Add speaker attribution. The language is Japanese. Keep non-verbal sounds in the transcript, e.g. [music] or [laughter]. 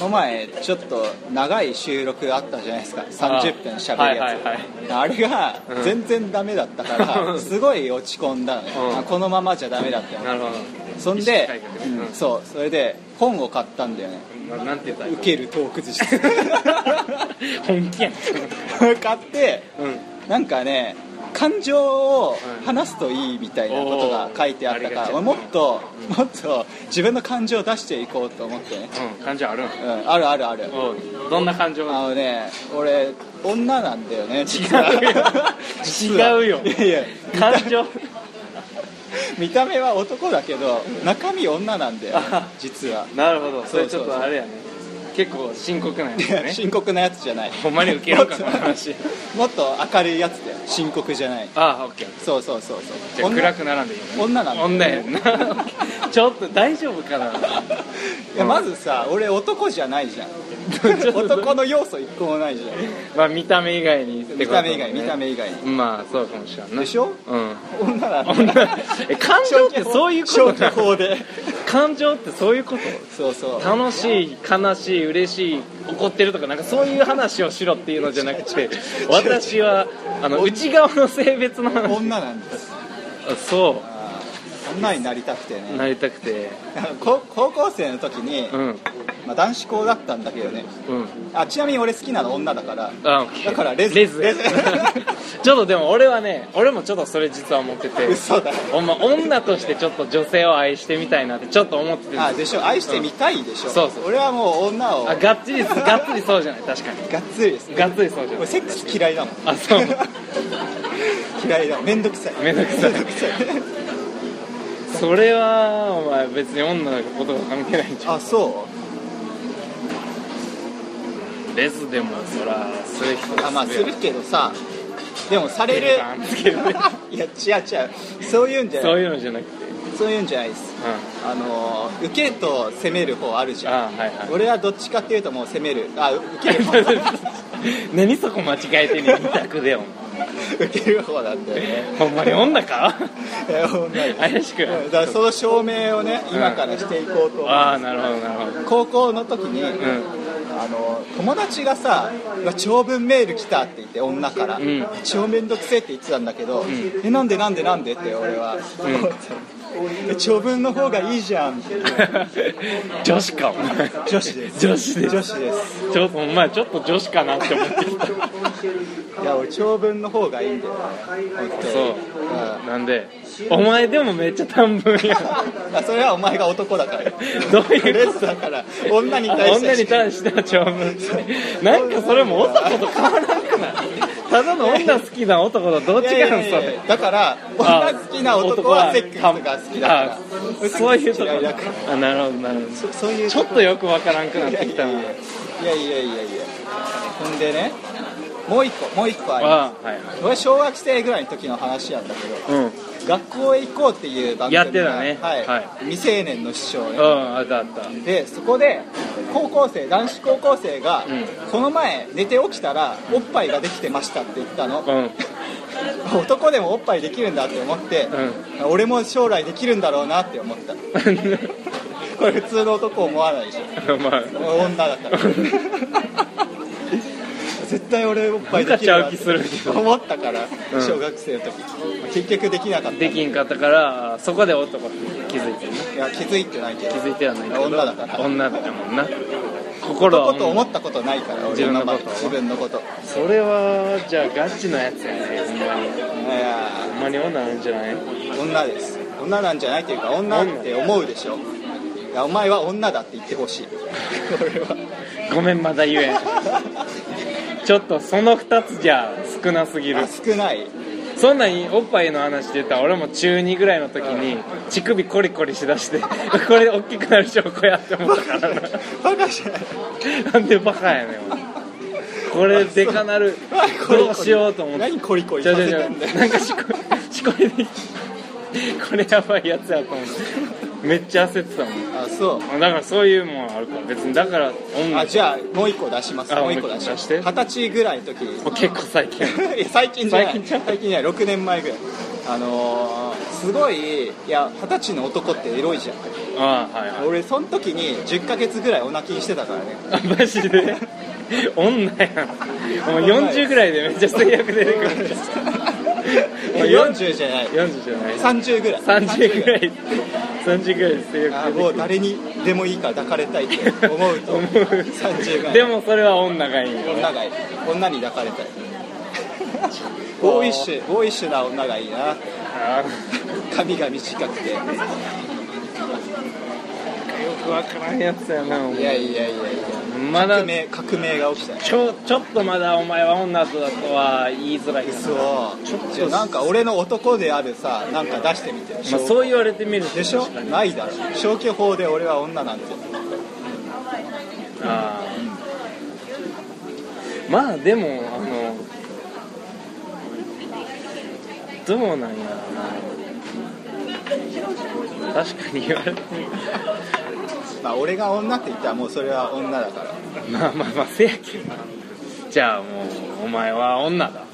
Speaker 1: の前ちょっと長い収録あったじゃないですか30分しゃべるやつ、
Speaker 2: はいはいはい
Speaker 1: あれが
Speaker 2: うん
Speaker 1: 全然ダメだったから、
Speaker 2: うん
Speaker 1: すごい落ち込んだのね、
Speaker 2: うん
Speaker 1: あこのままじゃダメだって
Speaker 2: なるほ
Speaker 1: そん
Speaker 2: 意識
Speaker 1: で
Speaker 2: 改革、
Speaker 1: うん
Speaker 2: うん
Speaker 1: そうそれで本を買ったんだよね
Speaker 2: どななんて言ったらいい
Speaker 1: ウ
Speaker 2: の
Speaker 1: ケるトーク術
Speaker 2: [laughs] 本気やん
Speaker 1: 買って
Speaker 2: うん
Speaker 1: なんかね感情を話すといいみたいなことが書いてあったから、
Speaker 2: おー
Speaker 1: もっともっと自分の感情を出していこうと思ってね、
Speaker 2: うん感情あるん
Speaker 1: うん、あるあるある
Speaker 2: おうどんな感情
Speaker 1: あのね俺女なんだよ
Speaker 2: [laughs]
Speaker 1: ね実は
Speaker 2: 違うよ
Speaker 1: 実は
Speaker 2: 違うよ
Speaker 1: いやいや
Speaker 2: 感情
Speaker 1: 見た目は男だけど中身女なんだよね、
Speaker 2: あ
Speaker 1: 実は
Speaker 2: なるほど
Speaker 1: そうそうそ
Speaker 2: そ
Speaker 1: う
Speaker 2: れちょっとあれやね結構深刻なん
Speaker 1: い
Speaker 2: や
Speaker 1: や
Speaker 2: ね
Speaker 1: 深刻なやつじゃない
Speaker 2: ほんまにウケるか [laughs] この話
Speaker 1: もっと明るいやつだよ深刻じゃない
Speaker 2: ああオッケー
Speaker 1: そうそうそう
Speaker 2: じ
Speaker 1: そ
Speaker 2: ゃあ
Speaker 1: う
Speaker 2: 暗
Speaker 1: い
Speaker 2: くならんでいいよ
Speaker 1: 女なんだ
Speaker 2: 女やんな [laughs] ちょっと大丈夫かな
Speaker 1: やまずさ俺男じゃない
Speaker 2: [laughs]
Speaker 1: じゃん
Speaker 2: ちょっと
Speaker 1: 男の要素一個もないじゃん
Speaker 2: まあ見た目以外にって
Speaker 1: 見
Speaker 2: こ
Speaker 1: た
Speaker 2: とだ
Speaker 1: 目以
Speaker 2: ね
Speaker 1: 外見た目以外に
Speaker 2: まあそうかもしれんな
Speaker 1: でしょ
Speaker 2: うん
Speaker 1: 女なんだ
Speaker 2: 女え感情ってそういうこと
Speaker 1: 消去
Speaker 2: な
Speaker 1: 法で
Speaker 2: 感情ってそういうこと
Speaker 1: そうそう
Speaker 2: 楽しい悲しい嬉しい怒ってるとかなんかそういう話をしろっていうのじゃなく [laughs] て私はあの内側の性別の話
Speaker 1: 女なんです
Speaker 2: あ [laughs] そ
Speaker 1: あー女になりたくて
Speaker 2: う
Speaker 1: ね
Speaker 2: なりたくて
Speaker 1: 高高校生の時に、
Speaker 2: うん
Speaker 1: まあ、男子校だったんだけどね
Speaker 2: うん
Speaker 1: あちなみに俺好きなの女だから
Speaker 2: あオッケー
Speaker 1: だからレズ
Speaker 2: レズ
Speaker 1: レズ
Speaker 2: [laughs] ちょっとでも俺はね俺もちょっとそれ実は思ってて
Speaker 1: 嘘だ
Speaker 2: ほんま女としてちょっと女性を愛してみたいなってちょっと思ってて
Speaker 1: あでしょ愛してみたいでしょ、
Speaker 2: うんそうそう
Speaker 1: 俺はもう女を
Speaker 2: あがっちりがっつりそうじゃない確 [laughs] かに
Speaker 1: がっつりですね
Speaker 2: がっつりそうじゃな
Speaker 1: 俺
Speaker 2: い
Speaker 1: セックス嫌いだもん
Speaker 2: あそう
Speaker 1: 嫌いだもんめんどくさい
Speaker 2: めんどくさ
Speaker 1: め
Speaker 2: い
Speaker 1: んどくさい
Speaker 2: それはお前別に女のことは関係ないんじゃ
Speaker 1: あそ
Speaker 2: んレズでもそらする人
Speaker 1: うあまあするけどさでもさ
Speaker 2: され
Speaker 1: れ
Speaker 2: [laughs] る
Speaker 1: る
Speaker 2: かんつける
Speaker 1: いや違う違うそういうんじゃ
Speaker 2: そ
Speaker 1: な
Speaker 2: う
Speaker 1: い
Speaker 2: いうのじゃなくてうん
Speaker 1: そういうんじゃないですあのー受けと攻める方あるじゃん
Speaker 2: あはいはい
Speaker 1: 俺はどっちかっていうともう攻めるあ受ける方
Speaker 2: [laughs] 何そこ間違えてんねん二択でお前
Speaker 1: 受ける方なんだよね
Speaker 2: ほんまに女か
Speaker 1: いや
Speaker 2: [laughs]
Speaker 1: ほんまに
Speaker 2: 怪しくない
Speaker 1: うんだからその証明をね今からしていこうと思う、
Speaker 2: ああなるほどなるほど
Speaker 1: 高校の時に、
Speaker 2: うん
Speaker 1: あの友達がさうわ長文メール来たって言って女から、
Speaker 2: ん
Speaker 1: 超めんどくせえって言ってたんだけど、えなんでなんでなんでって俺は、 [laughs] え長文の方がいいじゃんって
Speaker 2: 女子かお前
Speaker 1: 女子です
Speaker 2: 女子です
Speaker 1: 女子です
Speaker 2: ちょっとお前ちょっと女子かなって思ってきた
Speaker 1: いや俺長文の方がいいんだよね本当に
Speaker 2: そう
Speaker 1: うん
Speaker 2: なんでお前でもめっちゃ短文や
Speaker 1: あそれはお前が男だから
Speaker 2: どういうこ
Speaker 1: レスだから女に対して
Speaker 2: 女に対しては長文なんかそれも男と変わらなくないただの女好きな男とどう
Speaker 1: いやい
Speaker 2: 違う
Speaker 1: や
Speaker 2: ん
Speaker 1: い
Speaker 2: そ
Speaker 1: や
Speaker 2: れ
Speaker 1: だから
Speaker 2: あ
Speaker 1: 女好きな男はセックスが好きだから
Speaker 2: あそういうとこ
Speaker 1: 嫌いだから
Speaker 2: あなるほどなるほど
Speaker 1: そそういう
Speaker 2: ちょっとよくわからんくなっ
Speaker 1: いや
Speaker 2: てき
Speaker 1: い
Speaker 2: た
Speaker 1: やい
Speaker 2: な
Speaker 1: やいやいやいやいやほんでねもう一個もう一個ありま
Speaker 2: あはいはい
Speaker 1: す俺小学生ぐらいの時の話なんだけど
Speaker 2: うん
Speaker 1: 学校へ行こうっていう番組が
Speaker 2: やってたね
Speaker 1: はい
Speaker 2: はい
Speaker 1: 未成年の主張
Speaker 2: う
Speaker 1: ね
Speaker 2: んあったあった
Speaker 1: でそこで高校生男子高校生が、
Speaker 2: うん
Speaker 1: この前寝て起きたらおっぱいができてましたって言ったの、
Speaker 2: うん
Speaker 1: 男でもおっぱいできるんだって思って、俺も将来できるんだろうなって思ったこれ普通の男思わないでしょ
Speaker 2: まあ
Speaker 1: 女だか
Speaker 2: [laughs]
Speaker 1: ら絶対俺おっぱいできる
Speaker 2: なんかちゃう気するけど
Speaker 1: 思ったから
Speaker 2: うん
Speaker 1: 小学生の時、結局できなかった
Speaker 2: できんかったからそこで男って気づいてる
Speaker 1: いや気づいてないけど
Speaker 2: 気づいてはないけど
Speaker 1: 女だから
Speaker 2: 女だもんな心は
Speaker 1: 男と
Speaker 2: 女
Speaker 1: 思ったことないから俺
Speaker 2: 自分の
Speaker 1: 今ま
Speaker 2: こ
Speaker 1: で
Speaker 2: と
Speaker 1: 自分のこと
Speaker 2: それはじゃあガチのやつやねほんまに
Speaker 1: いや
Speaker 2: ほんまに女なんじゃない
Speaker 1: 女です女なんじゃないというか女って思うでしょいやお前は女だって言ってほしい俺は
Speaker 2: ごめんまだ言えんちょっとその2つじゃ少なすぎる
Speaker 1: あ少ない
Speaker 2: そんなにおっぱいの話で言ったら俺も中2ぐらいの時に乳首コリコリしだしてこれ大きくなる証拠やって思ったからな
Speaker 1: バカじゃない
Speaker 2: なんでバカやねんお前これでかなるどうしようと思って
Speaker 1: 何コリコリ
Speaker 2: じゃ
Speaker 1: さ
Speaker 2: じゃ
Speaker 1: せた
Speaker 2: じゃ
Speaker 1: んだよ
Speaker 2: なんかしこしこりできこれやばいやつやと思ってめっちゃ焦ってたもん
Speaker 1: あそう
Speaker 2: だからそういうもんあるから別にだから女
Speaker 1: あじゃあもう一個出します
Speaker 2: あ
Speaker 1: もう一個出し
Speaker 2: も
Speaker 1: ま
Speaker 2: う一個出し
Speaker 1: す
Speaker 2: て
Speaker 1: 二十歳ぐらいの時 [laughs] い
Speaker 2: もう結構最近
Speaker 1: や最近じゃない
Speaker 2: 最近じゃない
Speaker 1: 最近じゃない6年前ぐらいあのー、すごいいや二十歳の男ってエロいじゃん
Speaker 2: ああはいはい
Speaker 1: 俺その時に10ヶ月ぐらいお泣きしてたから
Speaker 2: [laughs]
Speaker 1: ね
Speaker 2: あマジで女やんもう40ぐらいでめっちゃ制約出てくる
Speaker 1: え40じゃない
Speaker 2: 40じゃない
Speaker 1: 30ぐらい
Speaker 2: 30ぐらい30ぐらいで制
Speaker 1: あ
Speaker 2: 約
Speaker 1: ーも
Speaker 2: 出
Speaker 1: う誰にでもいいから抱かれたいって思うと
Speaker 2: 思
Speaker 1: 30
Speaker 2: う
Speaker 1: ぐら
Speaker 2: て
Speaker 1: い
Speaker 2: くるでもそれは女がいいよ
Speaker 1: 女がいい女に抱かれたいボーイッシュボーイッシュな女がいいな
Speaker 2: あ
Speaker 1: 髪が短くて
Speaker 2: ーよくわからんやつやなお
Speaker 1: い
Speaker 2: 前
Speaker 1: やいやいやいや
Speaker 2: まだ
Speaker 1: 革命革命が起きた
Speaker 2: ちょちょっとまだお前は女とだとは言いづらいな
Speaker 1: そうじゃあなんか俺の男であるさなんか出してみてよ
Speaker 2: まあ、そう言われてみると
Speaker 1: でしょ
Speaker 2: 確かに
Speaker 1: ないだろ消去法で俺は女なんて
Speaker 2: あーまあでもあのどうなんやろな確かに言われてみる
Speaker 1: まあ俺が女って言ったらもうそれは女だから
Speaker 2: まあまあまあせやけどじゃあもうお前は女だ